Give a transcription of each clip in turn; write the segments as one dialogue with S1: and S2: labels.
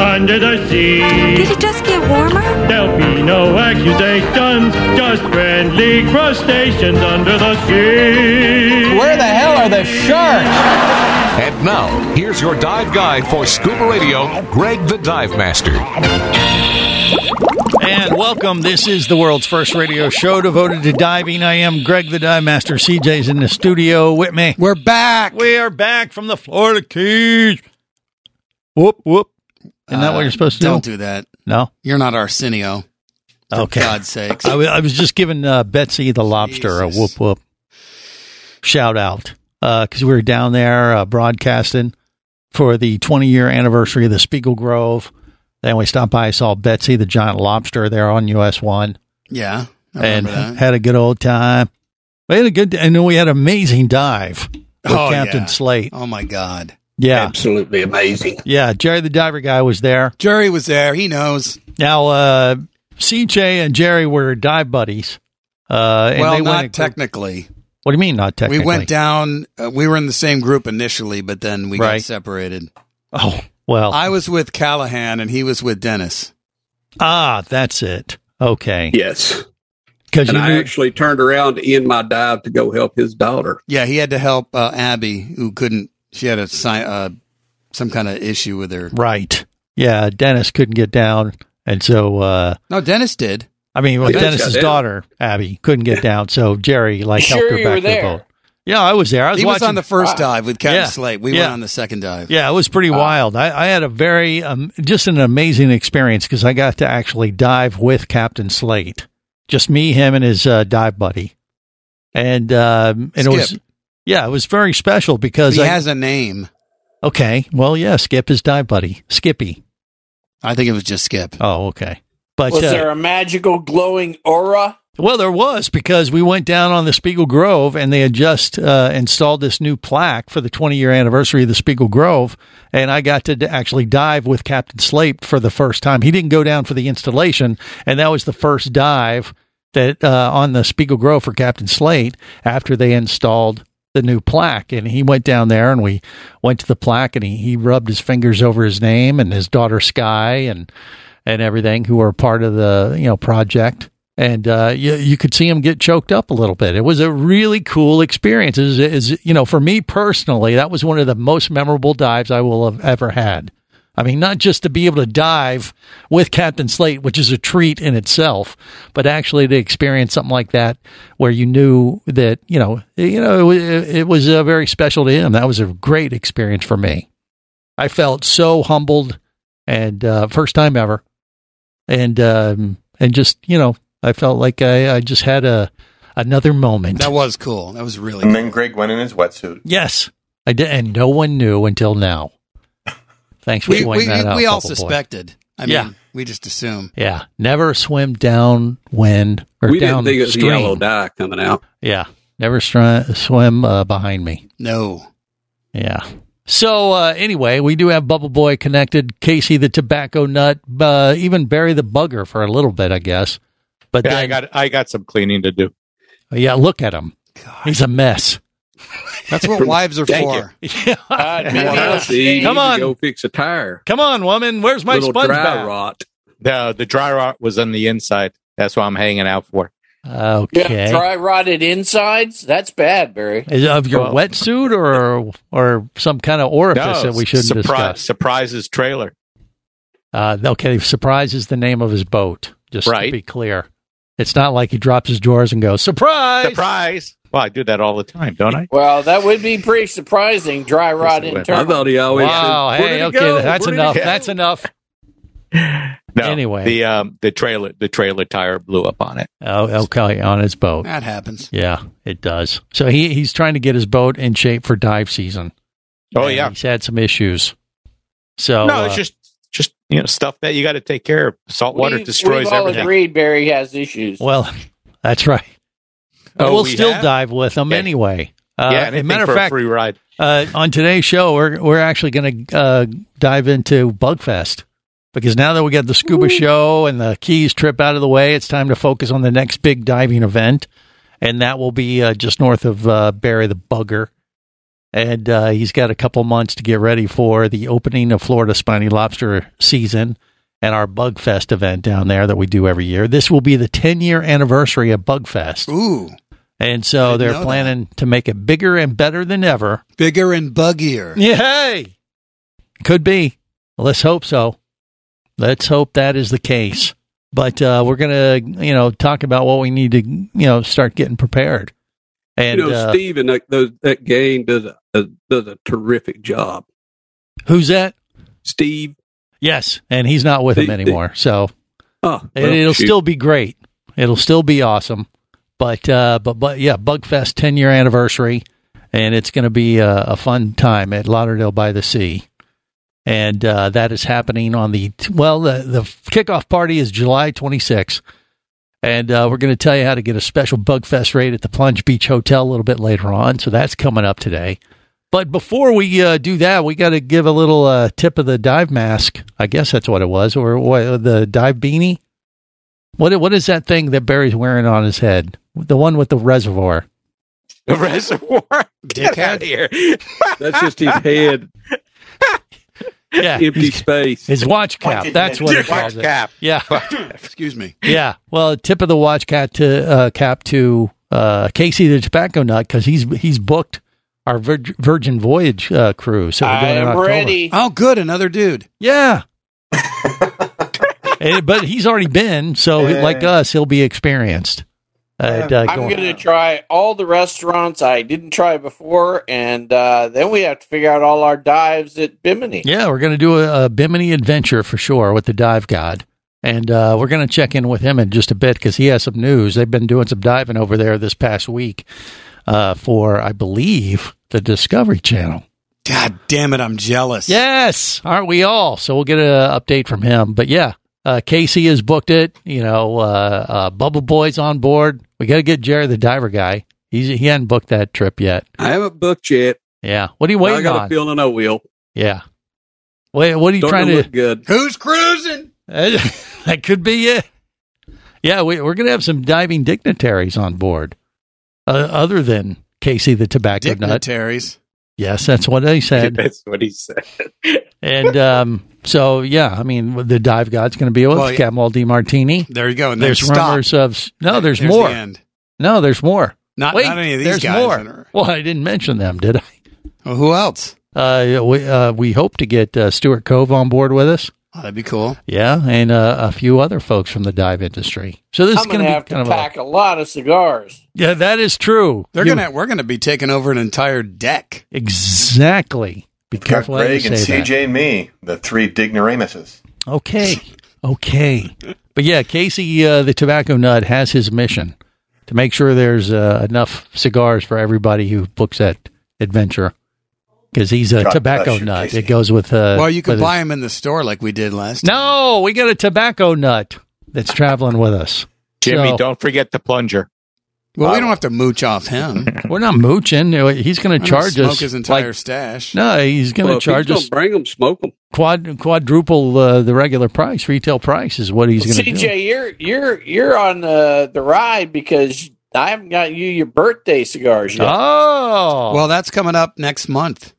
S1: under the sea.
S2: Did it just get warmer?
S1: There'll be no accusations, just friendly crustaceans under the sea.
S3: Where the hell are the sharks?
S4: And now, here's your dive guide for scuba radio, Greg the Dive Master.
S3: And welcome. This is the world's first radio show devoted to diving. I am Greg the Dive Master. CJ's in the studio with me.
S5: We're back.
S3: We are back from the Florida Keys. Whoop, whoop. Isn't that what you're supposed to
S5: Uh, Don't
S3: do?
S5: do that.
S3: No?
S5: You're not Arsenio. For
S3: Okay.
S5: God's sakes.
S3: I wa- I was just giving uh, Betsy the lobster
S5: Jesus.
S3: a whoop whoop shout out because we were down there uh, broadcasting for the 20 year anniversary of the Spiegel Grove. Then we stopped by, saw Betsy the giant lobster there on US One,
S5: yeah. I
S3: and
S5: remember that.
S3: had a good old time. We had a good, and then we had an amazing dive with
S5: Oh,
S3: Captain
S5: yeah.
S3: Slate.
S5: Oh my God.
S3: Yeah,
S6: Absolutely amazing.
S3: yeah. Jerry the diver guy was there.
S5: Jerry was there. He knows.
S3: Now, uh, CJ and Jerry were dive buddies. Uh, and
S5: well,
S3: they
S5: not
S3: went,
S5: technically.
S3: What do you mean, not
S5: We
S3: technically?
S5: went down. Uh, we were in the same group initially, but then we
S3: Right.
S5: got separated.
S3: Oh, well.
S5: I was with Callahan and he was with Dennis.
S3: ah, that's it. Okay.
S6: Yes.
S3: Because
S6: And
S3: you
S6: I
S3: knew,
S6: actually turned around in my dive to go help his daughter.
S5: Yeah, he had to help uh, Abby, who couldn't. She had a si- uh, some kind of issue with her.
S3: right. Yeah, Dennis couldn't get down. And so, uh,
S5: No, Oh, Dennis did.
S3: I mean, well,
S6: Dennis got
S3: Dennis's
S6: down.
S3: daughter, Abby, couldn't get down. So Jerry, like,
S7: Sure
S3: helped her
S7: you
S3: back
S7: were
S3: to
S7: there.
S3: the boat. Yeah, I was there. I was
S5: He
S3: watching.
S5: was on the first dive with Captain
S3: Yeah.
S5: Slate. We
S3: Yeah.
S5: went on the second dive.
S3: yeah, it was pretty
S5: Uh,
S3: wild. I, I had a very, um, just an amazing experience because I got to actually dive with Captain Slate. Just me, him, and his uh, dive buddy. And, um, and it was,
S5: Skip.
S3: yeah, it was very special because
S5: He
S3: I,
S5: has a name.
S3: Okay. Well, yeah, Skip is dive buddy. Skippy.
S5: I think it was just Skip.
S3: Oh, okay. But
S7: Was
S3: uh,
S7: there a magical glowing aura?
S3: well, there was because we went down on the Spiegel Grove and they had just uh, installed this new plaque for the 20 year anniversary of the Spiegel Grove, and I got to d- actually dive with Captain Slate for the first time. He didn't go down for the installation, and that was the first dive that uh, on the Spiegel Grove for Captain Slate after they installed the new plaque and he went down there and we went to the plaque and he, he rubbed his fingers over his name and his daughter sky and and everything who were part of the you know project and uh you, you could see him get choked up a little bit it was a really cool experience is is you know for me personally that was one of the most memorable dives i will have ever had I mean, not just to be able to dive with Captain Slate, which is a treat in itself, but actually to experience something like that, where you knew that you know, you know, it, wa- it was uh, very special to him. That was a great experience for me. I felt so humbled, and uh, first time ever, and um, and just you know, I felt like I, I just had a another moment.
S5: That was cool. That was really
S8: And
S5: cool.
S8: then Greg went in his wetsuit.
S3: yes, I did, and no one knew until now. Thanks for
S5: We,
S3: pointing
S5: we,
S3: that out.
S5: we all
S3: Bubble Boy.
S5: suspected. I mean,
S3: Yeah.
S5: we just assume.
S3: Yeah, never swim downwind or
S6: we didn't
S3: downstream.
S6: think it was yellow dye coming out.
S3: Yeah, never str- swim uh, behind me.
S5: No.
S3: Yeah. So uh, anyway, we do have Bubble Boy connected, Casey the Tobacco Nut, uh, even Barry the Bugger for a little bit, I guess. But uh,
S9: Yeah,
S3: then,
S9: I got I got some cleaning to do.
S3: yeah, look at him. He's a mess.
S5: That's what wives are
S9: Thank
S5: for.
S7: God,
S6: Well,
S7: man,
S6: now,
S7: that's
S6: see, you
S7: shame.
S3: Come
S6: need to
S3: on.
S6: go fix a tire.
S3: Come on, woman. Where's my
S6: Little
S3: sponge
S6: dry
S3: bath?
S6: rot.
S9: The the dry rot was on the inside. That's what I'm hanging out for.
S3: Okay.
S7: Yeah, dry rotted insides. That's bad, Barry.
S3: Is it of your
S9: Well-
S3: wetsuit or or some kind of orifice that we shouldn't
S9: surpri-
S3: discuss?
S9: Surprises trailer.
S3: Uh, okay, surprise is the name of his boat. Just to
S9: Right.
S3: be clear, it's not like he drops his drawers and goes surprise.
S9: Surprise. Well, I do that all the time, don't I?
S7: Well, that would be pretty surprising. Dry rot
S9: it would.
S6: I
S7: internal.
S6: thought he always
S3: Wow.
S6: said, "Where
S3: Hey.
S6: did it
S3: Okay.
S6: go?
S3: That's
S6: Where did it
S3: enough.
S6: go?"
S3: That's enough.
S9: No,
S3: Anyway.
S9: the um, the trailer the trailer tire blew up on it.
S3: Oh, okay, on his boat.
S5: That happens.
S3: Yeah, it does. So he he's trying to get his boat in shape for dive season.
S9: Oh
S3: And
S9: yeah,
S3: he's had some issues. So
S9: no,
S3: uh,
S9: it's just just you know stuff that you got to take care of. Salt water
S7: We've-
S9: destroys
S7: we've all
S9: everything.
S7: agreed Barry has issues.
S3: well, that's right.
S9: Oh,
S3: we'll
S9: we
S3: still
S9: have?
S3: dive with him
S9: Okay.
S3: anyway. Uh,
S9: yeah,
S3: as a
S9: anything
S3: matter
S9: for
S3: of
S9: a
S3: fact,
S9: free ride.
S3: uh, on today's show, we're we're actually going to uh, dive into Bugfest because now that we got the scuba show and the Keys trip out of the way, it's time to focus on the next big diving event, and that will be uh, just north of uh, Barry the Bugger, and uh, he's got a couple months to get ready for the opening of Florida spiny lobster season and our Bugfest event down there that we do every year. This will be the 10 year anniversary of Bugfest.
S5: Ooh,
S3: And so
S5: didn't know
S3: they're
S5: that.
S3: planning to make it bigger and better than ever.
S5: bigger and buggier.
S3: Yeah, hey. Could be. Let's hope so. Let's hope that is the case. But uh, we're going to, you know, talk about what we need to, you know, start getting prepared. And
S6: you know,
S3: uh,
S6: Steve and that, those, that gang does a, a- does a terrific job.
S3: who's that?
S6: Steve,
S3: Yes. And he's not with him
S6: The- the-
S3: anymore. So
S6: oh,
S3: it,
S6: well,
S3: it'll
S6: shoot.
S3: still be great. It'll still be awesome. But, uh, but, but yeah, Bugfest 10 year anniversary. And it's going to be a, a fun time at Lauderdale by the Sea. and uh, that is happening on the well the, the kickoff party is july 26th and uh, we're going to tell you how to get a special bug fest rate at the plunge beach hotel a little bit later on so that's coming up today but before we uh, do that we got to give a little uh, tip of the dive mask i guess that's what it was or what, uh, the dive beanie what, what is that thing that barry's wearing on his head the one with the reservoir
S9: The reservoir. Get out of here.
S6: That's just his head,
S3: yeah
S6: empty
S3: his,
S6: space.
S3: his watch cap that's what it calls it
S9: Cap.
S3: yeah
S5: Excuse me.
S3: Yeah. Well, tip of the watch cat to uh, cap to uh, Casey the tobacco nut because he's he's booked our Vir- Virgin Voyage uh, crew. So we're
S7: I
S3: doing it in
S7: am
S3: October.
S7: ready.
S5: Oh, good. Another dude.
S3: Yeah. Eh, but he's already been, so like us, he'll be experienced. At, uh,
S7: I'm
S3: going-
S7: going to try all the restaurants I didn't try before, and uh, then we have to figure out all our dives at Bimini.
S3: Yeah, we're going to do a, a Bimini adventure for sure with the dive god. And uh, we're going to check in with him in just a bit because he has some news. They've been doing some diving over there this past week uh, for, I believe, the Discovery Channel.
S5: God damn it, I'm jealous.
S3: Yes, aren't we all? So we'll get an update from him. But yeah, uh, Casey has booked it. You know, uh, uh, Bubble Boy's on board. We got to get Jerry the diver guy. He's he hadn't booked that trip yet.
S6: I haven't booked yet.
S3: Yeah, what are you
S6: but I
S3: waiting
S6: got
S3: on?
S6: a feeling I will.
S3: yeah, wait, what are you
S6: Starting
S3: trying
S6: to
S3: to?
S6: look good.
S5: Who's cruising?
S3: that could be it. Yeah, we, we're going to have some diving dignitaries on board, uh, other than Casey the tobacco nut.
S5: Dignitaries.
S3: Yes, that's what they said.
S9: That's what he said.
S3: and um, so, yeah, I mean, the dive god's going to be with
S5: Well,
S3: us,
S5: yeah.
S3: Captain Di Martini.
S5: There you go. And then
S3: there's
S5: stop.
S3: rumors of no. There's,
S5: There's
S3: more.
S5: the end.
S3: no, there's more.
S5: Not,
S3: Wait,
S5: not any of these
S3: there's
S5: guys.
S3: more.
S5: that are-
S3: Well, I didn't mention them, did I?
S5: Well, who else?
S3: Uh, we uh, we hope to get uh, Stuart Cove on board with us.
S5: Oh, that'd be cool.
S3: Yeah, and uh, a few other folks from the dive industry. So
S5: Oh.
S3: this
S7: I'm
S3: is
S7: going to
S3: going to be
S7: have
S3: kind
S7: to
S3: of a,
S7: pack a lot of cigars.
S3: yeah. That is true.
S5: They're
S3: You-
S5: gonna we're gonna be taking over an entire deck.
S3: exactly. Be
S8: Got
S3: careful. how you
S8: Greg and
S3: say that.
S8: CJ and me, the three Dignaramuses.
S3: Okay. Okay. But yeah, Casey, uh, the tobacco nut, has his mission to make sure there's uh, enough cigars for everybody who books that adventure because he's a
S8: God
S3: tobacco
S8: bless you,
S3: nut.
S8: Casey.
S3: It goes with. Uh,
S5: well, you can
S3: with
S5: buy them in the store like we did last. time.
S3: No, we got a tobacco nut that's traveling with us.
S9: Jimmy,
S3: So-
S9: don't forget the plunger.
S5: Well, we don't have to mooch off him.
S3: We're not mooching. He's
S5: We're gonna
S3: going to charge
S5: smoke
S3: us.
S5: his entire
S3: like-
S5: stash.
S3: no, he's going to
S6: Well, if
S3: charge
S6: he's
S3: us
S6: gonna Bring them, smoke them.
S3: quad, quadruple uh, the regular price, retail price is what he's going to
S7: CJ,
S3: do.
S7: you're you're you're on the the ride because I haven't got you your birthday cigars yet.
S3: Oh,
S5: Well, that's coming up next month,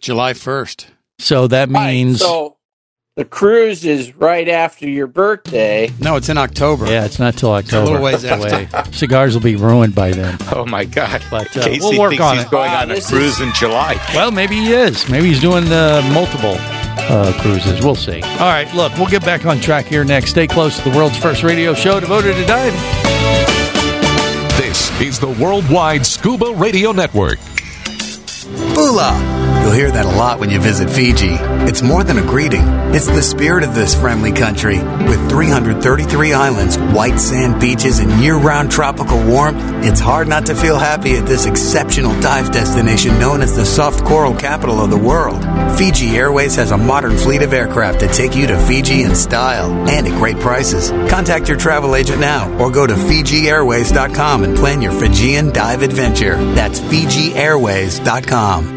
S5: July first.
S3: so that
S7: Right,
S3: means
S7: so the cruise is right after your birthday.
S5: No, it's in October.
S3: Yeah, it's not till
S5: a
S3: October.
S5: little ways
S3: Way. Cigars will be ruined by then.
S9: Oh my God!
S3: But, uh,
S9: Casey
S3: we'll work
S9: thinks
S3: on
S9: he's
S3: it.
S9: going
S7: Wow,
S9: on a
S7: Uh, this
S9: cruise in July.
S3: Well, maybe he is. Maybe he's doing uh, multiple uh, cruises. We'll see. All right, look, we'll get back on track here next. Stay close to the world's first radio show devoted to diving.
S4: This is the Worldwide Scuba Radio Network.
S5: Bula. You'll hear that a lot when you visit Fiji. It's more than a greeting, it's the spirit of this friendly country. With 333 islands, white sand beaches, and year round tropical warmth, it's hard not to feel happy at this exceptional dive destination known as the soft coral capital of the world. Fiji Airways has a modern fleet of aircraft to take you to Fiji in style and at great prices. Contact your travel agent now or go to FijiAirways.com and plan your Fijian dive adventure. That's FijiAirways.com.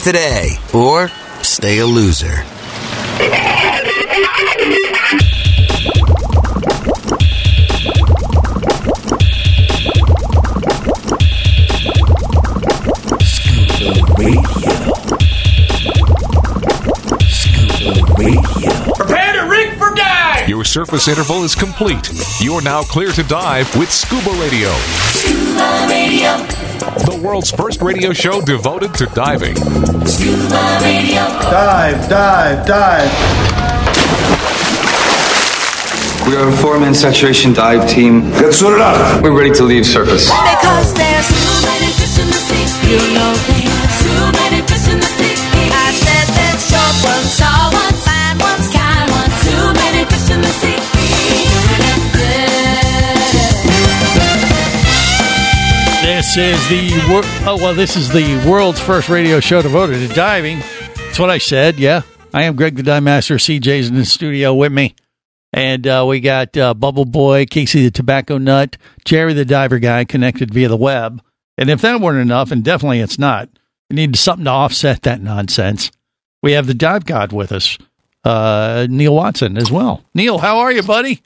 S5: today or stay a loser.
S4: Prepare to rig for dive! Your surface interval is complete. You're now clear to dive with Scuba Radio.
S10: Scuba Radio.
S4: The world's first radio show devoted to diving.
S10: Scuba Radio.
S4: Dive, dive, dive.
S11: We are a four-man saturation dive team. Let's sort it out. We're ready to leave surface.
S10: Because there's too many fish in the sea. You know there's too many fish in the sea. I said there's short ones, tall ones, fine ones, kind ones. Too many fish in the sea.
S3: This is the wor- oh well, this is the world's first radio show devoted to diving. That's what I said. Yeah, I am Greg the Dive Master. CJ's in the studio with me, and uh, we got uh, Bubble Boy, Casey the Tobacco Nut, Jerry the Diver Guy, connected via the web. And if that weren't enough, and definitely it's not, you need something to offset that nonsense. We have the Dive God with us, uh, Neil Watson as well. Neil, how are you, buddy?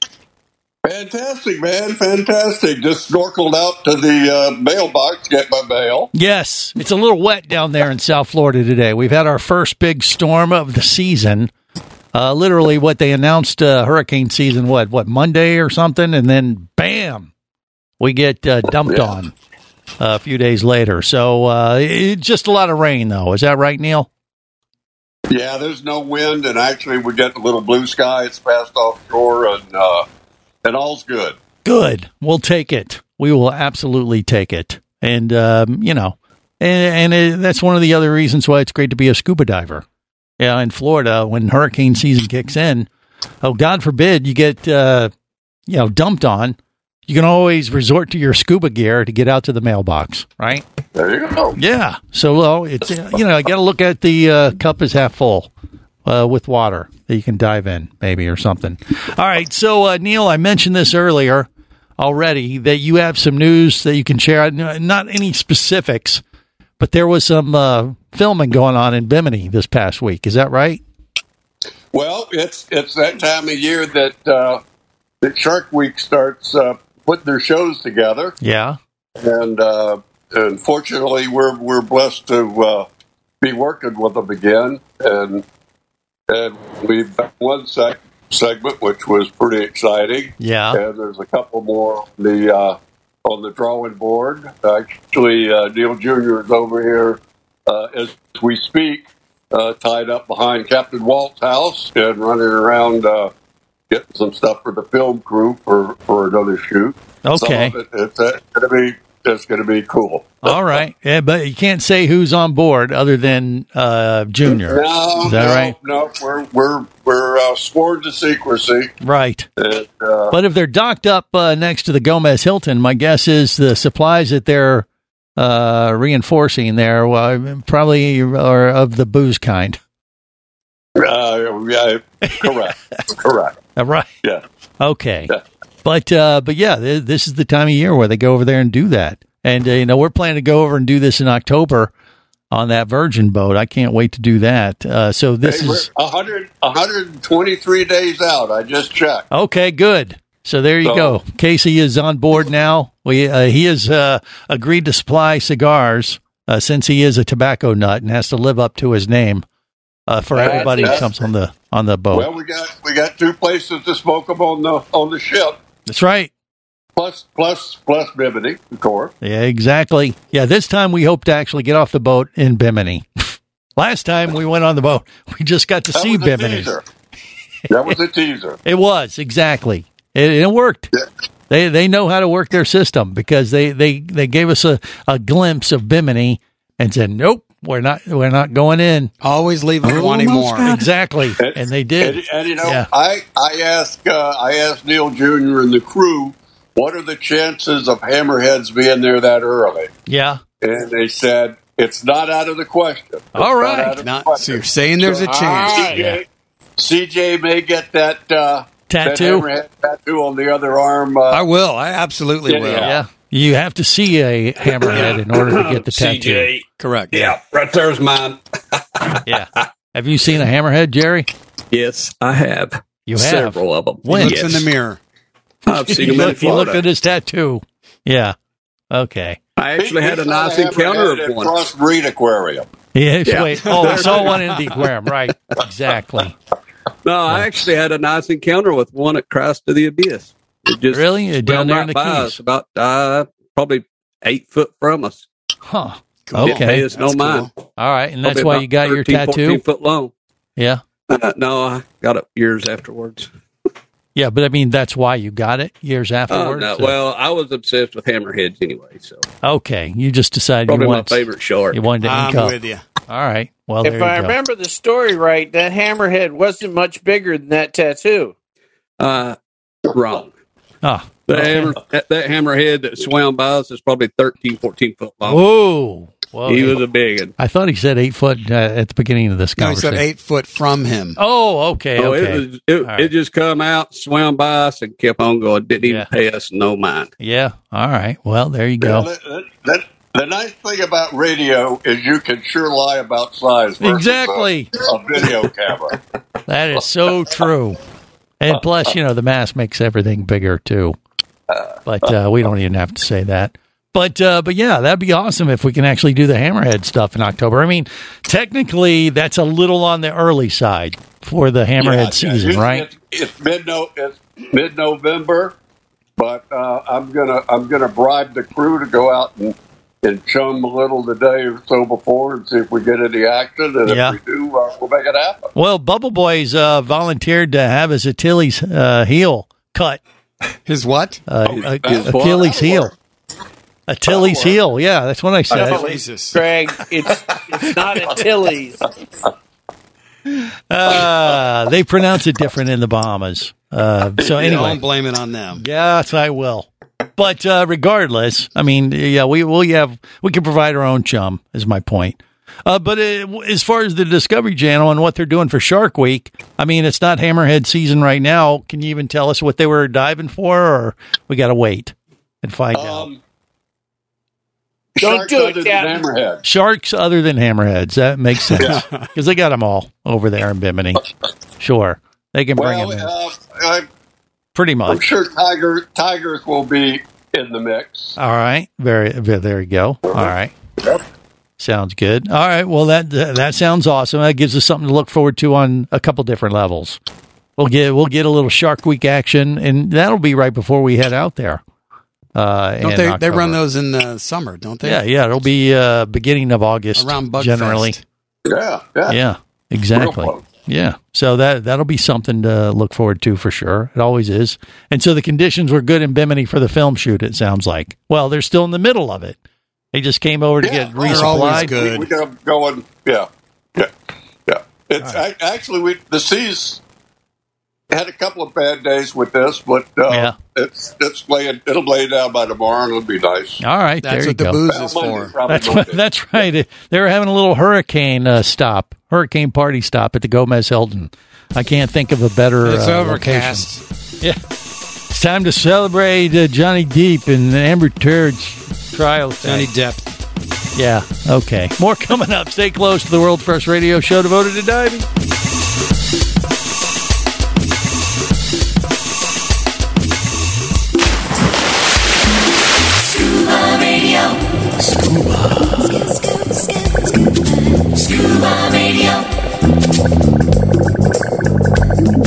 S12: Fantastic, man. Fantastic. Just snorkeled out to the uh, mailbox, get my mail.
S3: Yes, it's a little wet down there in South Florida today. We've had our first big storm of the season. Uh, literally, what they announced uh, hurricane season, what what Monday or something, and then bam, we get uh, dumped on uh, a few days later. So uh, it, just a lot of rain, though. Is that right, Neil?
S12: Yeah, there's no wind, and actually, we get a little blue sky. It's passed offshore, and uh, and all's good.
S3: Good. We'll take it. We will absolutely take it. And um, you know, and, and it, that's one of the other reasons why it's great to be a scuba diver. Yeah, in Florida, when hurricane season kicks in, oh God forbid you get uh, you know dumped on. You can always resort to your scuba gear to get out to the mailbox, right?
S12: There you go.
S3: Yeah. So well, it's uh, you know I got to look at the uh, cup is half full uh, with water that you can dive in maybe or something. All right. So uh, Neil, I mentioned this earlier already that you have some news that you can share. N- Not any specifics, but there was some uh, filming going on in Bimini this past week. Is that right?
S12: Well, it's it's that time of year that uh, that Shark Week starts uh, putting their shows together,
S3: Yeah.
S12: and uh, unfortunately, we're we're blessed to uh, be working with them again, and and we've got one sec- segment which was pretty exciting.
S3: Yeah.
S12: and there's a couple more on the uh, on the drawing board. Actually, uh, Neil Jr. is over here uh, as we speak uh, tied up behind Captain Walt's house and running around uh, getting some stuff for the film crew for, for another shoot.
S3: Okay.
S12: Some of it, it's uh, going to be it's going to be cool.
S3: All right, yeah, but you can't say who's on board other than uh, Junior.
S12: No,
S3: Is that
S12: no,
S3: right?
S12: No, we're we're we're uh, sworn to secrecy.
S3: Right.
S12: And, uh,
S3: But if they're docked up uh, next to the Gomez Hilton, my guess is the supplies that they're uh, reinforcing there well, probably are of the booze kind.
S12: uh, yeah, correct, correct.
S3: Uh, Right.
S12: Yeah.
S3: Okay. But uh, but yeah, th- this is the time of year where they go over there and do that. And uh, you know, we're planning to go over and do this in October on that Virgin boat. I can't wait to do that. Uh, so this
S12: Hey, we're
S3: is
S12: 100, 123 days out. I just checked.
S3: okay. Good. So there you
S12: So-
S3: go. Casey is on board now. We uh, he has uh, agreed to supply cigars uh, since he is a tobacco nut and has to live up to his name uh, for
S12: That's-
S3: everybody who
S12: that's-
S3: comes on the on the boat.
S12: Well, we got we got two places to smoke them on the on the ship.
S3: That's right.
S12: Plus plus plus Bimini, of course.
S3: Yeah, exactly. Yeah, this time we hope to actually get off the boat in Bimini. Last time we went on the boat, we just got to
S12: That
S3: see
S12: was a
S3: Bimini.
S12: teaser. That was a teaser.
S3: It was exactly. It, it worked. They they know how to work their system because they they they gave us a, a glimpse of Bimini and said, "Nope, we're not we're not going in."
S5: Always leave them wanting more.
S3: Exactly, and they did.
S12: And, and you know,
S3: Yeah.
S12: I I ask uh, I asked Neil Jr. and the crew, what are the chances of hammerheads being there that early?
S3: Yeah.
S12: And they said it's not out of the question. It's
S5: All
S12: not
S5: right.
S12: out of the
S5: Not-
S12: question.
S5: so you're saying there's a
S12: all
S5: chance.
S12: right.
S5: Yeah.
S12: CJ may get that uh, that
S3: Tattoo?
S12: hammerhead tattoo on the other arm. Uh,
S5: I will. I absolutely will.
S3: Yeah. You have to see a hammerhead in order to get the tattoo.
S13: CJ.
S5: Correct.
S13: Yeah, right there's mine.
S3: yeah. Have you seen a hammerhead, Jerry?
S6: Yes, I have.
S3: You have
S6: several of them.
S3: When?
S6: yes.
S5: mirror.
S6: I've seen
S3: He
S6: him in
S3: looked- he looked
S6: Florida.
S3: at his tattoo. Yeah. Okay.
S6: I actually had a
S12: He's not
S6: nice
S12: a hammerhead
S6: encounter
S12: at
S6: of one.
S12: Crossbreed Aquarium.
S3: Yeah. it's-
S6: Yeah.
S3: Wait. Oh, I saw one in the aquarium. Right. Exactly.
S6: No, I actually had a nice encounter with one at Christ of the Abyss. It just
S3: really down
S6: swam
S3: there
S6: right
S3: in the
S6: by us,
S3: Keys.
S6: about uh, probably eight foot from us.
S3: Huh.
S6: Didn't pay
S3: Okay.
S6: us no mind.
S3: All right, and that's
S6: Probably
S3: why
S6: about
S3: you got your
S6: 13, 14
S3: tattoo.
S6: foot long.
S3: Yeah.
S6: Uh, no, I got it years afterwards.
S3: Yeah, but I mean that's why you got it years
S6: Oh,
S3: afterwards. uh,
S6: no.
S3: so-
S6: Well, I was obsessed with hammerheads anyway, so
S3: okay, you just decided
S6: probably
S3: you
S6: my
S3: wanted
S6: favorite shark.
S3: You wanted to ink up. All right. Well, there
S7: if
S3: you
S7: I
S3: go.
S7: remember the story right, that hammerhead wasn't much bigger than that tattoo.
S6: Uh, wrong.
S3: Ah.
S6: The hammer, that, that hammerhead that swam by us is probably 13, 14 foot long.
S3: Whoa. Whoa.
S6: he was a big one.
S3: I thought he said eight foot uh, at the beginning of this
S5: No, he said
S3: conversation.
S5: eight foot from him.
S3: Oh, okay.
S6: So
S3: okay.
S6: it, was, it,
S3: All right.
S6: it just come out, swam by us, and kept on going. Didn't even pay us no mind.
S3: yeah. All right. Well, there you
S12: Yeah,
S3: go.
S12: that- that- that- the nice thing about radio is you can sure lie about size. versus
S3: Exactly.
S12: A, a video camera.
S3: That is so true. And plus, you know, the mask makes everything bigger too. But uh, we don't even have to say that. But uh, but yeah, that'd be awesome if we can actually do the hammerhead stuff in October. I mean, technically, that's a little on the early side for the hammerhead season, right?
S12: It's, it's mid no, it's mid November, but uh, I'm gonna I'm gonna bribe the crew to go out and, and chum a little the day or so before and see if we get any action. And
S3: Yeah.
S12: if we do, uh, we'll make it happen.
S3: Well, Bubble Boy's uh, volunteered to have his Achilles uh, heel cut.
S5: His what?
S3: Uh,
S5: Oh,
S3: a-
S5: his what? Oh,
S3: Achilles heel. Achilles heel. Yeah, that's what I said.
S5: Jesus.
S7: Greg, it's it's not Achilles.
S3: Uh, they pronounce it different in the Bahamas. Uh, so anyway,
S5: don't blame it on them.
S3: yes, I will. But uh, regardless, I mean, yeah, we we have we can provide our own chum. Is my point. Uh, but uh as far as the Discovery Channel and what they're doing for Shark Week, I mean, it's not hammerhead season right now. Can you even tell us what they were diving for, or we got to wait and find out?
S12: Sharks
S7: Don't do it,
S12: other than
S7: Captain.
S12: hammerhead.
S3: Sharks other than hammerheads. That makes sense because they got them all over there in Bimini. Sure, they can bring them in
S12: Well, uh, I,
S3: pretty
S12: I'm
S3: much.
S12: sure tiger tigers will be in the mix.
S3: All right. Very, very there you go. All right.
S12: Yep.
S3: Sounds good. All right. Well, that that that sounds awesome. That gives us something to look forward to on a couple different levels. We'll get we'll get a little Shark Week action, and that'll be right before we head out there. Uh,
S5: Don't
S3: in
S5: they? They
S3: October.
S5: run those in the summer, don't they?
S3: Yeah, yeah. It'll be uh, beginning of August
S5: Around Bug
S3: generally.
S5: Fest.
S12: Yeah, yeah.
S3: Yeah, exactly.
S12: Real close.
S3: Yeah. So that that'll be something to look forward to for sure. It always is. And so the conditions were good in Bimini for the film shoot. It sounds like. Well, they're still in the middle of it. They just came over to get resupplied.
S12: We, we got going. Yeah, yeah, yeah. It's ac actually we the seas had a couple of bad days with this, but uh,
S3: Yeah.
S12: it's it's laying it'll lay down by tomorrow and it'll be nice.
S3: All right, there you go.
S12: Monday probably
S3: That's
S12: won't
S3: what,
S12: be.
S3: that's right. They were having a little hurricane uh, stop, hurricane party stop at the Gomez Hilton. I can't think of a better.
S13: It's
S3: uh, location.
S13: overcast.
S3: Yeah. It's time to celebrate uh, Johnny Deep and Amber Turd's trial.
S13: Johnny
S3: Depp. Yeah. Okay. More coming up. Stay close to the world's first radio show devoted to diving.
S10: Scuba Radio. Scuba. Scuba, scuba, scuba. Scuba Radio.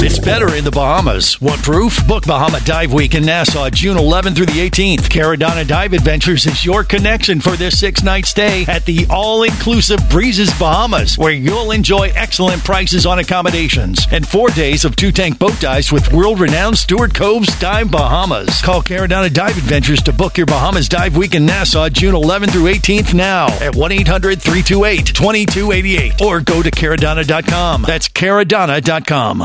S3: It's better in the Bahamas. Want proof? Book Bahama Dive Week in Nassau, June 11 through the 18th. Caradonna Dive Adventures is your connection for this six-night stay at the all-inclusive Breezes Bahamas, where you'll enjoy excellent prices on accommodations and four days of two-tank boat dives with world-renowned Stewart Coves Dive Bahamas. Call Caradonna Dive Adventures to book your Bahamas Dive Week in Nassau, June 11 through 18th now at 1-800-328-2288 or go to caradonna.com. That's caradonna.com.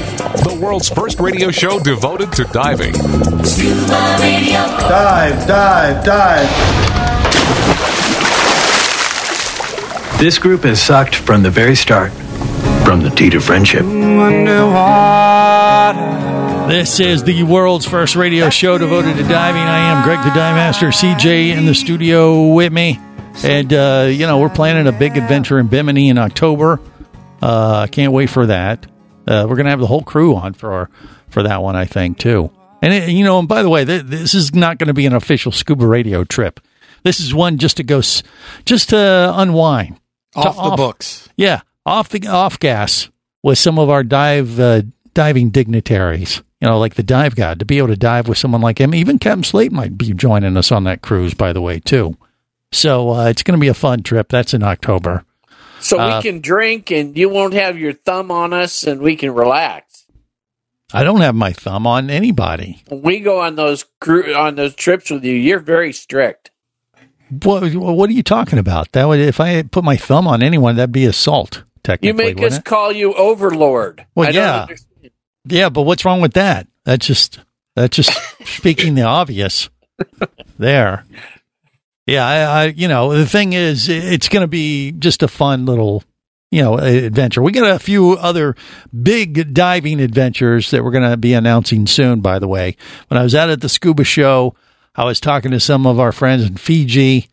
S4: the world's first radio show devoted to diving.
S10: Scuba Radio.
S14: Dive, dive, dive.
S15: This group has sucked from the very start, from the teat of friendship.
S3: This is the world's first radio show devoted to diving. I am Greg the Dive Master, CJ in the studio with me. And, uh, you know, we're planning a big adventure in Bimini in October. Uh, can't wait for that. Uh, we're going to have the whole crew on for our, for that one, I think, too. And, it, you know, and by the way, th- this is not going to be an official scuba radio trip. This is one just to go, s- just to unwind.
S5: Off
S3: To
S5: the books.
S3: Yeah, off the off gas with some of our dive uh, diving dignitaries. You know, like the dive god to be able to dive with someone like him. Even Captain Slate might be joining us on that cruise, by the way, too. So uh, it's going to be a fun trip. That's in October.
S7: So
S3: Uh,
S7: we can drink and you won't have your thumb on us and we can relax.
S3: I don't have my thumb on anybody.
S7: When we go on those cru- on those trips with you, you're very strict.
S3: What What are you talking about? That would if I put my thumb on anyone, that'd be assault. Technically,
S7: You make
S3: wouldn't
S7: us
S3: it?
S7: call you overlord.
S3: Well,
S7: I don't
S3: yeah.
S7: under-
S3: Yeah, but what's wrong with that? That's just that's just speaking the obvious. There. Yeah, I, I you know the thing is it's going to be just a fun little you know adventure. We got a few other big diving adventures that we're going to be announcing soon. By the way, when I was out at the scuba show, I was talking to some of our friends in Fiji,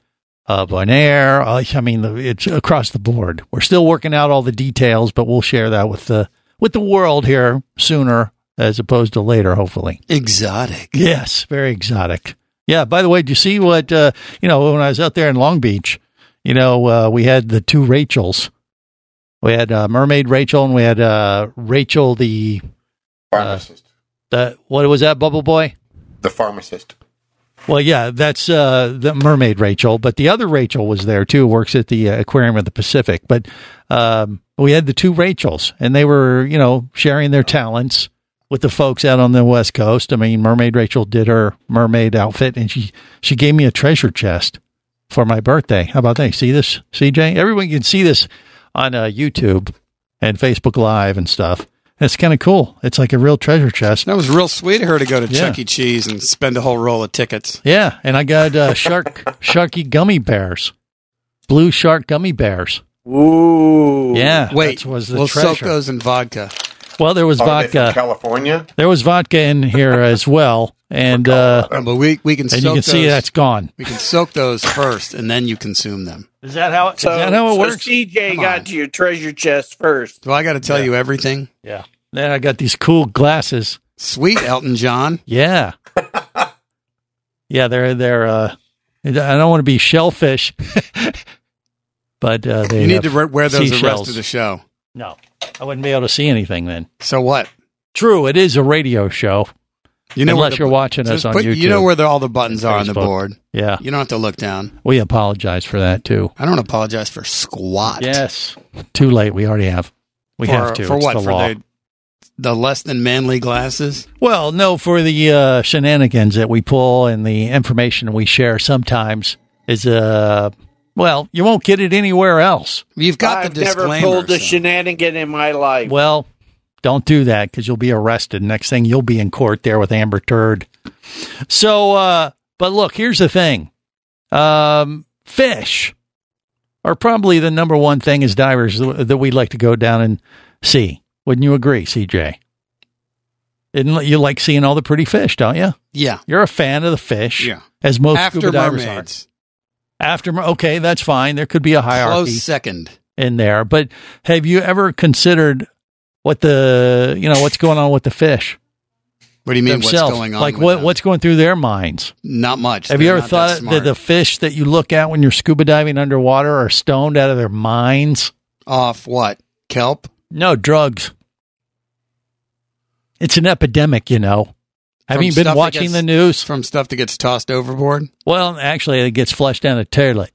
S3: uh, Bonaire. uh, I mean, it's across the board. We're still working out all the details, but we'll share that with the with the world here sooner as opposed to later, hopefully.
S5: Exotic.
S3: Yes, very exotic. Yeah. By the way, did you see what uh, you know when I was out there in Long Beach? You know, uh, we had the two Rachels. We had uh, Mermaid Rachel, and we had uh, Rachel the
S8: pharmacist.
S3: the what was Uh, that Bubble Boy?
S8: The pharmacist.
S3: Well, yeah, that's uh, the mermaid Rachel, but the other Rachel was there too. Works at the uh, Aquarium of the Pacific. But um, we had the two Rachels, and they were, you know, sharing their talents with the folks out on the West Coast. I mean, Mermaid Rachel did her mermaid outfit, and she she gave me a treasure chest for my birthday. How about that? See this, CJ? Everyone can see this on uh, YouTube and Facebook Live and stuff. That's kind of cool. It's like a real treasure chest.
S5: That was real sweet of her to go to
S3: Yeah.
S5: Chuck E. Cheese and spend a whole roll of tickets.
S3: Yeah, and I got uh, shark sharky gummy bears, blue shark gummy bears.
S7: Ooh.
S3: Yeah,
S5: Wait,
S3: that was the
S5: we'll soak
S3: treasure.
S5: those in vodka.
S3: Well, there
S5: Oh,
S3: was
S8: Are they from
S3: vodka.
S8: California.
S3: There was vodka in here as well, and uh,
S5: Uh, but we we can
S3: and
S5: soak
S3: you can
S5: those.
S3: see that's gone.
S5: we can soak those first and then you consume them.
S3: Is that how?
S7: So,
S3: is that how it
S7: so
S3: works?
S7: CJ
S5: Come
S7: got
S5: on.
S7: to your treasure chest first.
S5: Do I got to tell you everything?
S3: Yeah. Then I got these cool glasses.
S5: Sweet Elton John.
S3: Yeah. yeah, they're they're. Uh, I don't want to be shellfish, but uh, they
S5: you need
S3: have
S5: to re- wear those the rest
S3: seashells.
S5: of the show.
S3: No, I wouldn't be able to see anything then.
S5: So what?
S3: True, it is a radio show.
S5: You
S3: Unless
S5: where the-
S3: you're watching us
S5: just
S3: on
S5: put- You
S3: YouTube
S5: know where the, all the buttons are on the
S3: Facebook.
S5: board.
S3: Yeah,
S5: You don't have to look down.
S3: we apologize for that too.
S5: I don't apologize for squat.
S3: Yes, too late. We already have. We
S5: for,
S3: have to.
S5: for
S3: it's
S5: what?
S3: The
S5: for
S3: law.
S5: the the less than manly glasses.
S3: Well, no, for the uh, shenanigans that we pull and the information we share sometimes is uh, well, you won't get it anywhere else.
S5: You've got
S7: I've
S5: the
S7: never
S5: disclaimer.
S7: pulled
S5: so-
S7: a shenanigan in my life.
S3: Well, don't do that because you'll be arrested. Next thing, you'll be in court there with Amber Turd. So, uh, but look, here's the thing: um, fish are probably the number one thing as divers that we like to go down and see. Wouldn't you agree, CJ? Isn't you like seeing all the pretty fish, don't you?
S5: yeah.
S3: You're a fan of the fish,
S5: Yeah.
S3: As most
S5: After
S3: scuba divers
S5: mermaids,
S3: are. After mer- okay, that's fine. There could be a hierarchy
S5: close second.
S3: in there. But have you ever considered what the you know what's going on with the fish
S5: What do you mean?
S3: themselves?
S5: What's going on?
S3: like
S5: with
S3: what
S5: them?
S3: what's going through their minds?
S5: Not much.
S3: Have
S5: They're
S3: you ever
S5: not
S3: thought that,
S5: smart.
S3: the fish that you look at when you're scuba diving underwater are stoned out of their minds?
S5: off what kelp?
S3: No drugs. It's an epidemic, you know. Have
S5: From
S3: you
S5: stuff
S3: been
S5: that
S3: watching
S5: gets-
S3: the news?
S5: from stuff that gets tossed overboard?
S3: Well, actually, it gets flushed down a toilet.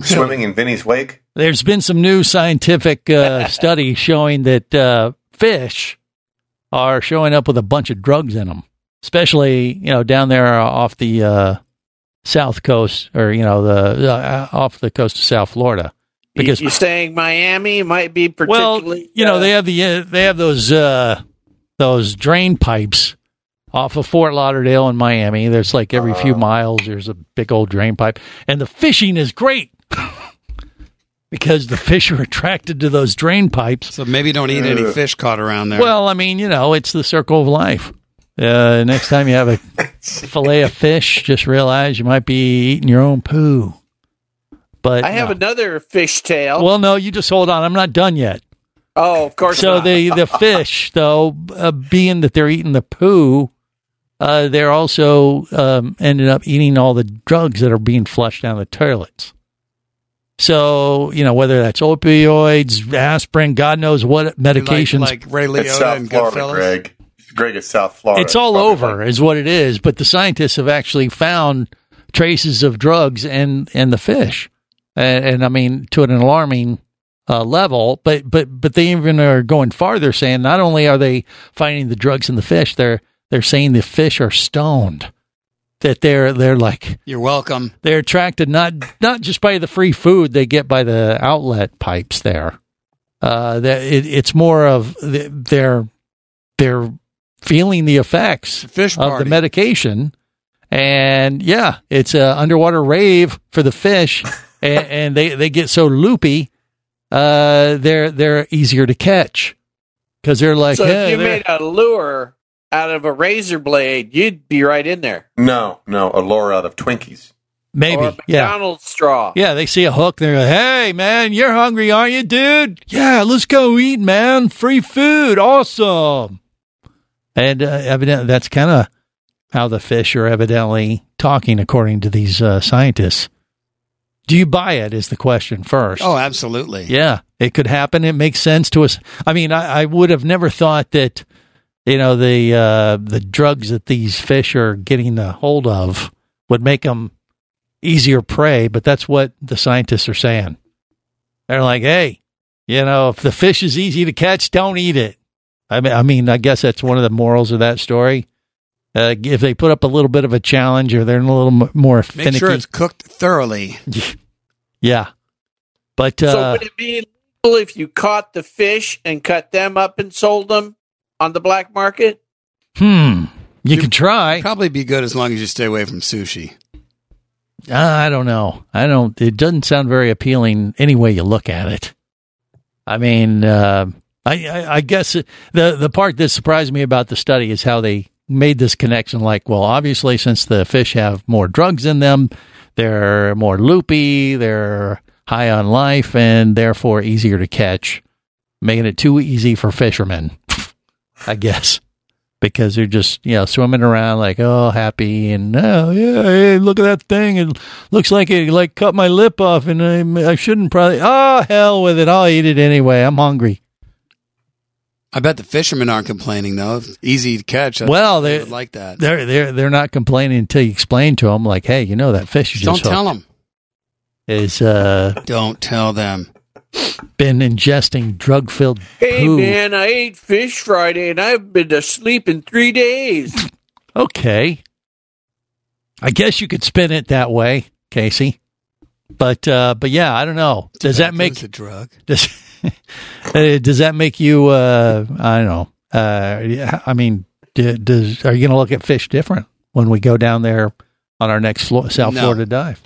S8: Swimming in Vinny's wake.
S3: There's been some new scientific uh, study showing that uh, fish are showing up with a bunch of drugs in them, especially you know down there off the uh, south coast or you know the uh, off the coast of South Florida because
S7: you, are saying Miami might be particularly.
S3: well you know
S7: uh,
S3: they have the uh, they have those uh, those drain pipes off of Fort Lauderdale and Miami. There's like every few miles there's a big old drain pipe, and the fishing is great. Because the fish are attracted to those drain pipes,
S5: So maybe don't eat any fish caught around there.
S3: Well, I mean, you know, it's the circle of life. Uh, next time you have a fillet of fish, just realize you might be eating your own poo. But
S7: I have
S3: no.
S7: another fish tail.
S3: well, no, you just hold on. I'm not done yet.
S7: oh, of course.
S3: So
S7: not.
S3: the the fish, though, uh, being that they're eating the poo, uh, they're also um, ended up eating all the drugs that are being flushed down the toilets. So you know whether that's opioids, aspirin, God knows what medications,
S5: like, like Ray
S8: It's
S5: Liotta
S8: South
S5: and
S8: Florida,
S5: Goodfellas.
S8: Greg. Greg is South Florida.
S3: It's all
S8: Probably
S3: over,
S8: like-
S3: is what it is. But the scientists have actually found traces of drugs in in the fish, and, and I mean to an alarming uh, level. But but but they even are going farther, saying not only are they finding the drugs in the fish, they're they're saying the fish are stoned. That they're they're like
S5: You're welcome.
S3: they're attracted not not just by the free food they get by the outlet pipes there. Uh, that it, it's more of the, they're they're feeling the effects
S5: Fish
S3: of
S5: party.
S3: the medication, and yeah, it's a underwater rave for the fish, and, and they they get so loopy, uh, they're they're easier to catch because they're like
S7: so
S3: "Hey,
S7: if you
S3: they're-"
S7: made a lure out of a razor blade, you'd be right in there.
S8: No, no, a lure out of Twinkies.
S3: maybe
S7: or a
S3: yeah.
S7: McDonald's straw.
S3: Yeah, they see a hook. They're like, "Hey, man, you're hungry, aren't you, dude? Yeah, let's go eat, man. Free food, awesome." And uh, evidently, that's kind of how the fish are evidently talking, according to these uh, scientists. Do you buy it? Is the question first?
S5: Oh, absolutely.
S3: Yeah, it could happen. It makes sense to us. I mean, I, I would have never thought that, you know, the uh, the drugs that these fish are getting a hold of would make them easier prey. But that's what the scientists are saying. They're like, hey, you know, if the fish is easy to catch, don't eat it. I mean, I mean, I guess that's one of the morals of that story. Uh, if they put up a little bit of a challenge, or they're a little m- more
S5: Make
S3: finicky,
S5: sure it's cooked thoroughly.
S3: yeah. But uh,
S7: so would it be illegal if you caught the fish and cut them up and sold them? on the black market?
S3: Hmm. You could try.
S5: Probably be good as long as you stay away from sushi.
S3: Uh, I don't know. I don't. It doesn't sound very appealing any way you look at it. I mean, uh, I, I, I guess the the part that surprised me about the study is how they made this connection. Like, well, obviously, since the fish have more drugs in them, they're more loopy, they're high on life, and therefore easier to catch, making it too easy for fishermen. I guess because they're just you know swimming around like oh happy and oh yeah hey look at that thing it looks like it like cut my lip off and I, I shouldn't probably oh hell with it I'll eat it anyway I'm hungry
S5: I bet the fishermen aren't complaining though. If it's easy to catch. I- I
S3: well they
S5: would like that.
S3: they're they're they're not complaining until you explain to them like hey you know that fish you
S5: Just don't
S3: just
S5: tell
S3: hooked
S5: them.
S3: is uh
S5: Don't tell them.
S3: been ingesting drug filled
S7: Hey
S3: poo
S7: man, I ate fish Friday and I've been asleep in three days.
S3: Okay. I guess you could spin it that way, Casey. But uh but yeah, I don't know. Does that make
S5: It's a drug.
S3: does uh, does that make you uh I don't know. Uh yeah, I mean, d- does are you going to look at fish different when we go down there on our next Flo- South
S5: No.
S3: Florida dive?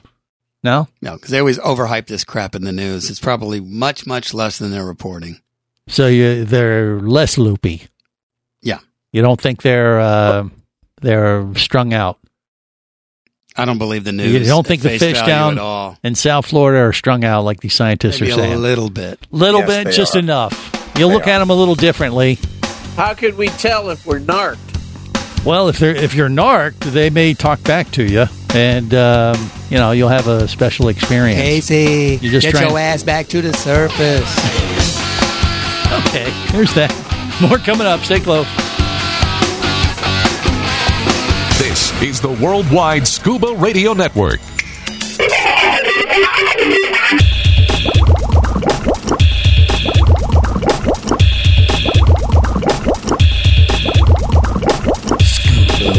S3: No.
S5: No, because they always overhype this crap in the news. It's probably much, much less than they're reporting.
S3: So you they're less loopy.
S5: Yeah.
S3: You don't think they're uh they're strung out.
S5: I don't believe the news.
S3: You don't
S5: at
S3: think the
S5: face
S3: fish
S5: value
S3: down
S5: at all?
S3: in South Florida are strung out like these scientists
S5: Maybe
S3: are
S5: a
S3: saying?
S5: little bit.
S3: little
S5: Yes,
S3: bit,
S5: they
S3: just
S5: are.
S3: enough. You'll look at them a little differently.
S7: How could we tell if we're narked?
S3: Well, if they're if you're narked, they may talk back to you, and um, you know you'll have a special experience.
S5: Casey,
S3: You just
S5: get
S3: trying-
S5: your ass back to the surface.
S3: Okay, here's that. More coming up. Stay close.
S4: This is the Worldwide Scuba Radio Network.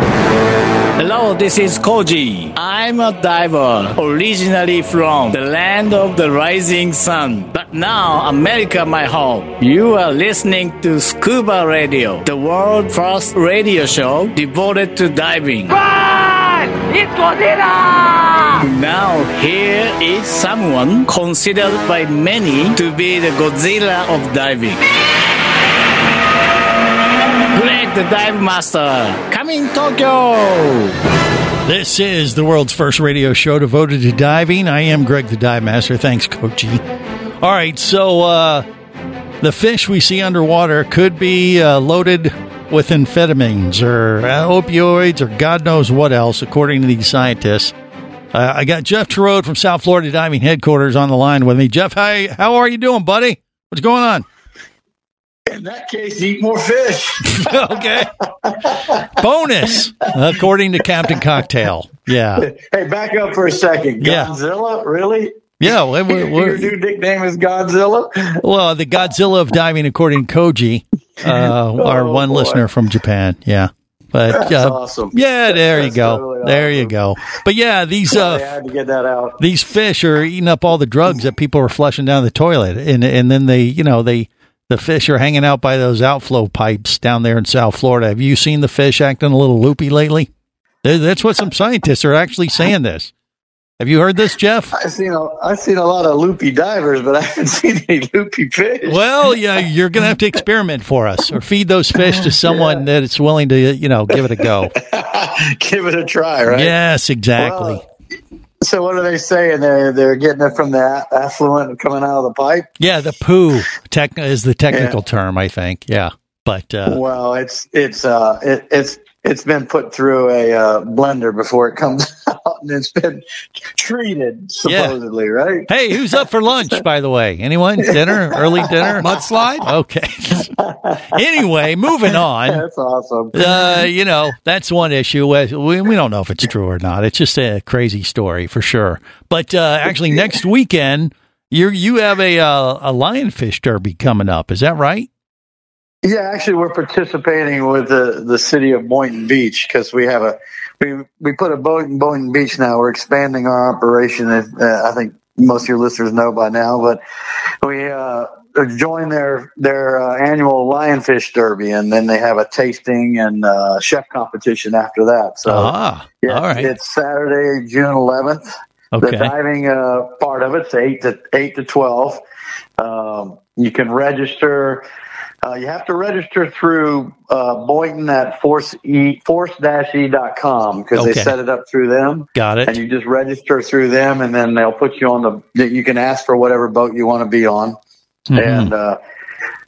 S13: Hello, this is Koji. I'm a diver, originally from the land of the rising sun, but now America my home. You are listening to Scuba Radio, the world first radio show devoted to diving.
S10: it's Godzilla!
S13: Now here is someone considered by many to be the Godzilla of diving. Greg the Dive Master, coming Tokyo!
S3: This is the world's first radio show devoted to diving. I am Greg the Dive Master. Thanks, Coachy. All right, so uh, the fish we see underwater could be uh, loaded with amphetamines or uh, opioids or God knows what else, according to these scientists. Uh, I got Jeff Terode from South Florida Diving Headquarters on the line with me. Jeff, hi, how are you doing, buddy? What's going on?
S16: In that case, eat more fish.
S3: okay. Bonus, according to Captain Cocktail. Yeah.
S16: Hey, back up for a second.
S3: Yeah.
S16: Godzilla, really?
S3: Yeah, we- we- we-
S16: Your new nickname is Godzilla.
S3: Well, the Godzilla of diving, according to Koji, uh, our one listener from Japan. Yeah, but
S16: Oh, That's
S3: uh,
S16: awesome.
S3: Yeah, there you
S16: That's
S3: go.
S16: totally
S3: there you go. But yeah, these
S16: I
S3: uh,
S16: had to get that out.
S3: these fish are eating up all the drugs that people are flushing down the toilet, and and then they, you know, they the fish are hanging out by those outflow pipes down there in South Florida. Have you seen the fish acting a little loopy lately? Th- That's what some scientists are actually saying. This. Have you heard this, Jeff?
S16: I've seen a, I've seen a lot of loopy divers, but I haven't seen any loopy fish.
S3: Well, yeah, you're going to have to experiment for us, or feed those fish to someone that it's willing to, you know, give it a go.
S16: Give it a try, right?
S3: Yes, exactly.
S16: So, what are they saying? They're they're getting it from the affluent coming out of the pipe.
S3: yeah, the poo tech is the technical term, I think. Yeah, but uh,
S16: well, it's it's uh it, it's it's been put through a uh, blender before it comes out. out and it's been treated supposedly, right?
S3: Hey, who's up for lunch, by the way? Anyone? Dinner? Early dinner?
S5: Mudslide?
S3: Okay. anyway, moving on.
S16: That's awesome.
S3: Uh, you know, that's one issue. We, we don't know if it's true or not. It's just a crazy story for sure. But uh, actually, next weekend, you you have a, uh, a lionfish derby coming up. Is that right?
S16: Yeah, actually, we're participating with the the city of Boynton Beach because we have a we we put a boat in Boynton Beach now. We're expanding our operation. as, Uh, I think most of your listeners know by now, but we uh, join their their uh, annual lionfish derby, and then they have a tasting and uh, chef competition after that. So
S10: Oh.
S3: ah,
S16: yeah,
S3: all right.
S16: it's Saturday, June 11th.
S3: Okay.
S16: The diving uh, part of it's eight to eight to twelve. Um, you can register. Uh, you have to register through uh, Boynton at force e force e.com because
S3: Okay.
S16: they set it up through them.
S3: Got it.
S16: And you just register through them, and then they'll put you on the. that You can ask for whatever boat you want to be on,
S3: Mhm.
S16: and uh,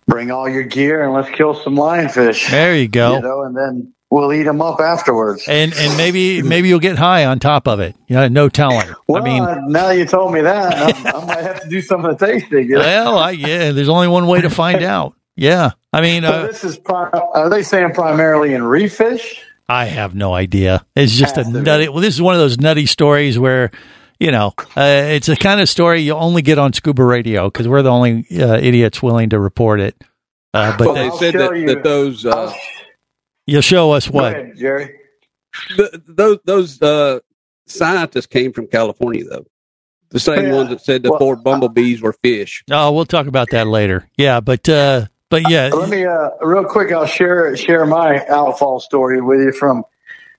S16: bring all your gear and let's kill some lionfish.
S3: There you go.
S16: You know, and then we'll eat them up afterwards.
S3: and and maybe maybe you'll get high on top of it. You know, no telling.
S16: Well, uh,
S3: I mean,
S16: now you told me that, I'm- I might have to do some of the tasting. you know?
S3: well, I, yeah. There's only one way to find out. Yeah, I mean,
S16: So
S3: uh,
S16: this is pri- are they saying primarily in reef fish?
S3: I have no idea. It's just a nutty. Well, this is one of those nutty stories where, you know, uh, it's a kind of story you only get on scuba radio because we're the only uh, idiots willing to report it. Uh, but
S6: Well,
S3: they,
S6: they said
S16: show
S6: that,
S16: you.
S6: that those uh,
S3: you'll show us what.
S16: Go ahead, Jerry.
S6: th- those those uh, scientists came from California though. The same
S16: Yeah.
S6: ones that said the
S16: Well,
S6: four bumblebees were fish.
S3: No, Oh, we'll talk about that later. Yeah, but uh, but yeah,
S16: Let me uh, real quick. I'll share share my outfall story with you from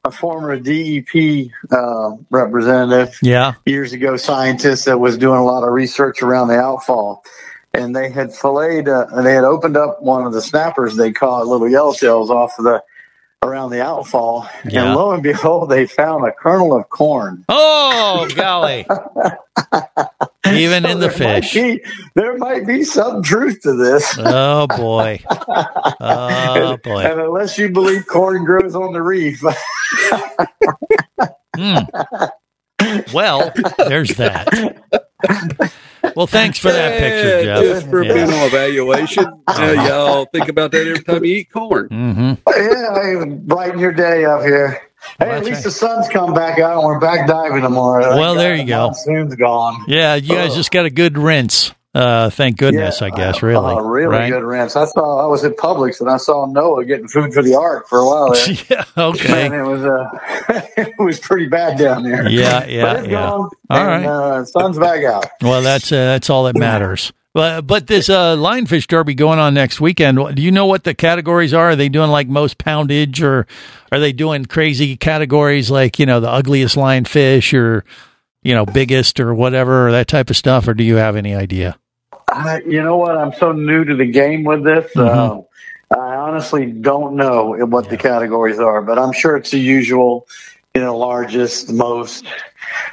S16: a former DEP uh, representative.
S3: yeah.
S16: years ago scientist that was doing a lot of research around the outfall. And they had filleted, uh, and they had opened up one of the snappers they caught, little yellowtails off of the around the outfall.
S3: Yeah.
S16: And lo and behold, they found a kernel of corn.
S3: Oh golly! Even in the fish.
S16: Might be- there might be some truth to this.
S3: Oh boy! Oh
S16: and,
S3: boy!
S16: and unless you believe corn grows on the reef,
S3: Well, there's that. Well, thanks for that picture,
S6: Yeah, Just
S3: Jeff.
S6: for
S3: Yeah. Oh.
S6: penal evaluation. Now y'all think about that every time you eat corn.
S3: hmm
S16: yeah, I brighten your day up here. Hey, at least the sun's come back out and we're back diving tomorrow.
S3: Well, there you go.
S16: Monsoon's gone.
S3: Yeah, you guys just got a good rinse. Uh, thank goodness, I guess. Really,
S16: Oh, really
S3: right?
S16: good ramps. I saw I was at Publix and I saw Noah getting food for the ark for a while. There.
S3: yeah.
S16: Man,
S3: Okay.
S16: it was uh, it was pretty bad down there.
S3: Yeah, yeah,
S16: but it's
S3: yeah.
S16: Gone,
S3: All
S16: and,
S3: right.
S16: uh, sun's back out.
S3: Well, that's uh, that's all that matters. But but this uh, lionfish derby going on next weekend. what- Do you know what the categories are? Are they doing like most poundage, or are they doing crazy categories like you know the ugliest lionfish, or you know biggest, or whatever, or that type of stuff? Or do you have any idea?
S16: I, you know what? I'm so new to the game with this.
S3: Mhm.
S16: Uh, I honestly don't know what the categories are, but I'm sure it's the usual, you know, largest, most.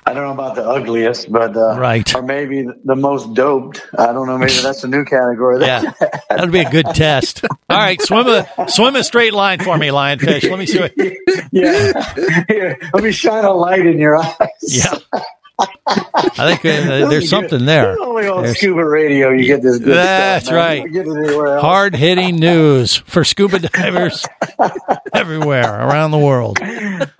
S16: I don't know about the ugliest, but uh,
S3: Right.
S16: or maybe the most doped. I don't know. Maybe that's a new category.
S3: Yeah, that'd be a good test. All right, swim a swim a straight line for me, lionfish. Let me see. What,
S16: yeah. Here, let me shine a light in your eyes.
S3: yeah, I think uh, there's something there.
S16: Only on
S3: There's-
S16: Oh, scuba radio you get this. Good
S3: That's
S16: stuff, man. You
S3: right.
S16: don't get it anywhere else.
S3: Hard hitting news for scuba divers everywhere around the world.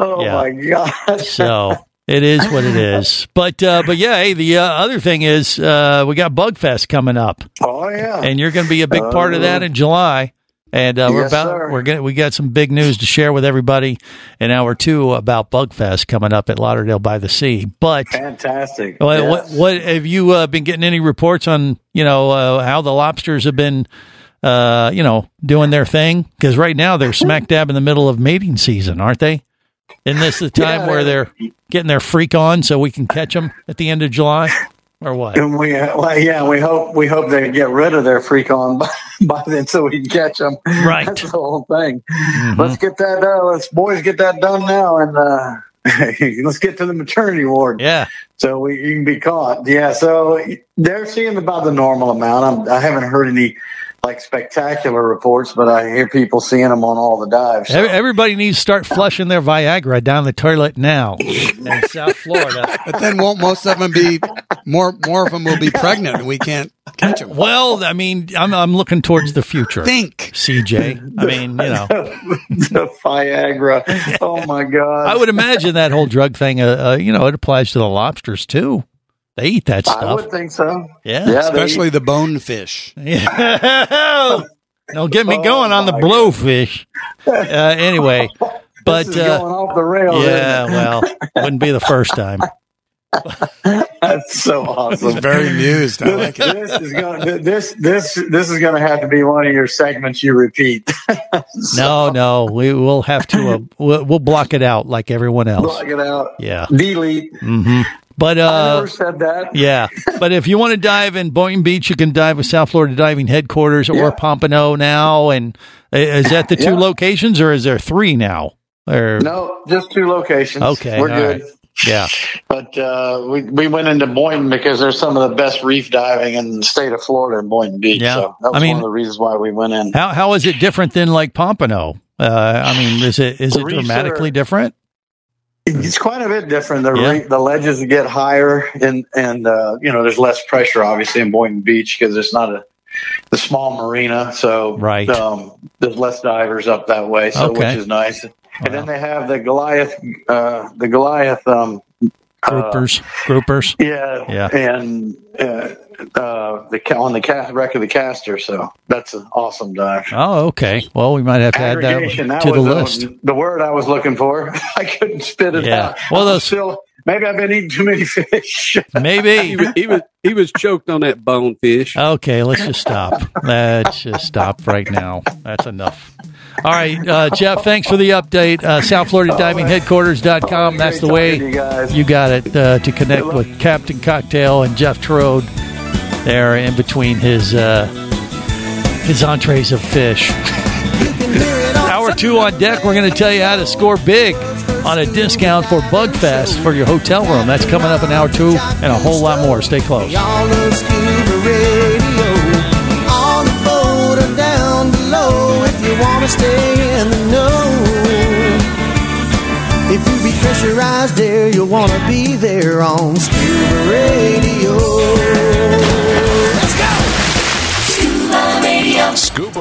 S16: Oh
S3: Yeah.
S16: my gosh.
S3: So it is what it is. But uh, but yeah, hey, the uh, other thing is uh, we got Bugfest coming up,
S16: Oh yeah. Uh,
S3: and you're going to be a big part of that in July. And uh, we're
S16: Yes,
S3: about
S16: sir.
S3: we're gonna, we got some big news to share with everybody in hour two about Bugfest coming up at Lauderdale by the Sea. But
S16: Fantastic.
S3: well,
S16: Yeah.
S3: what what have you uh, been getting any reports on? You know uh, how the lobsters have been, uh, you know, doing their thing because right now they're smack dab in the middle of mating season, aren't they? Isn't this the time where they're getting their freak on so we can catch them at the end of July or what?
S16: And we, uh, well, yeah, we hope we hope they get rid of their freak on by, by then, so we can catch them.
S3: Right. Mm-hmm.
S16: that's the whole thing. Let's get that. Uh, let's boys get that done now, and uh, let's get to the maternity ward.
S3: Yeah,
S16: So we you can be caught. Yeah. So they're seeing about the normal amount. I'm, I haven't heard any like spectacular reports, but I hear people seeing them on all the dives.
S3: Ev- Everybody needs to start flushing their Viagra down the toilet now. in South Florida.
S5: But then won't most of them be more? More of them will be pregnant, and we can't catch them.
S3: Well, I mean, I'm, I'm looking towards the future.
S5: Think.
S16: Uh,
S3: CJ. I mean, you know,
S16: the Viagra. Oh my God!
S3: I would imagine that whole drug thing. Uh, uh, you know, it applies to the lobsters too. They eat that
S16: I
S3: stuff.
S16: would think so.
S3: Yeah.
S16: they-
S5: especially the bonefish.
S3: Yeah. Don't get
S16: Oh
S3: me going on the blowfish. Uh, anyway, but
S16: this is
S3: uh,
S16: going off the rails. isn't
S3: yeah,
S16: it?
S3: well, wouldn't be the first time.
S16: that's so awesome.
S5: He's very amused. I like it.
S16: this is gonna this this this is gonna have to be one of your segments you repeat.
S3: No, no, we will have to. Uh, we'll, we'll block it out like everyone else.
S16: Block it out.
S3: Yeah.
S16: Delete.
S3: hmm But
S16: I
S3: uh,
S16: never said that.
S3: yeah, but if you want to dive in Boynton Beach, you can dive with South Florida Diving Headquarters or Pompano now. And i- is that the two locations, or is there three now? Or
S16: No, just two locations.
S3: Okay,
S16: we're
S3: all
S16: good.
S3: right. yeah,
S16: But uh, we we went into Boynton because there's some of the best reef diving in the state of Florida in Boynton Beach.
S3: Yeah.
S16: So that was
S3: I mean-
S16: one of the reasons why we went in.
S3: how how is it different than like Pompano? Uh, I mean, is it is it
S16: Reefs
S3: dramatically
S16: are-
S3: different?
S16: It's quite a bit different. The
S3: Yeah.
S16: re- the ledges get higher, and and uh, you know there's less pressure obviously in Boynton Beach because it's not a the small marina, so
S3: Right.
S16: um, there's less divers up that way, so
S3: Okay.
S16: which is nice. And then they have the Goliath, uh, the Goliath. Um,
S3: Groupers, groupers.
S16: yeah,
S3: uh, Yeah.
S16: and uh, uh, the ca- on the ca- wreck of the caster. So that's an awesome dive.
S3: Oh, okay. Well, we might have to add
S16: Aggregation.
S3: that
S16: That
S3: to the
S16: was
S3: list.
S16: The, the word I was looking for. I couldn't spit it
S3: Yeah.
S16: out.
S3: Well,
S16: I'm
S3: those-
S16: still, maybe I've been eating too many fish.
S3: Maybe.
S6: was, he was he was choked on that bonefish.
S3: Okay, let's just stop. Let's just stop right now. That's enough. All right, uh, Jeff, thanks for the update. Uh, South Florida Diving Headquarters.com. That's the way
S16: you guys.
S3: you got it uh, to connect with Captain Cocktail and Jeff Trode there in between his uh, his entrees of fish. Hour two on deck, we're going to tell you how to score big on a discount for Bugfest for your hotel room. That's coming up in hour two and a whole lot more. Stay close.
S10: Y'all love scuba radio. On the boat or down below if you want to stay in the know. If you be pressurized there, you'll want to be there on scuba radio. Let's go! Scuba radio.
S4: Scuba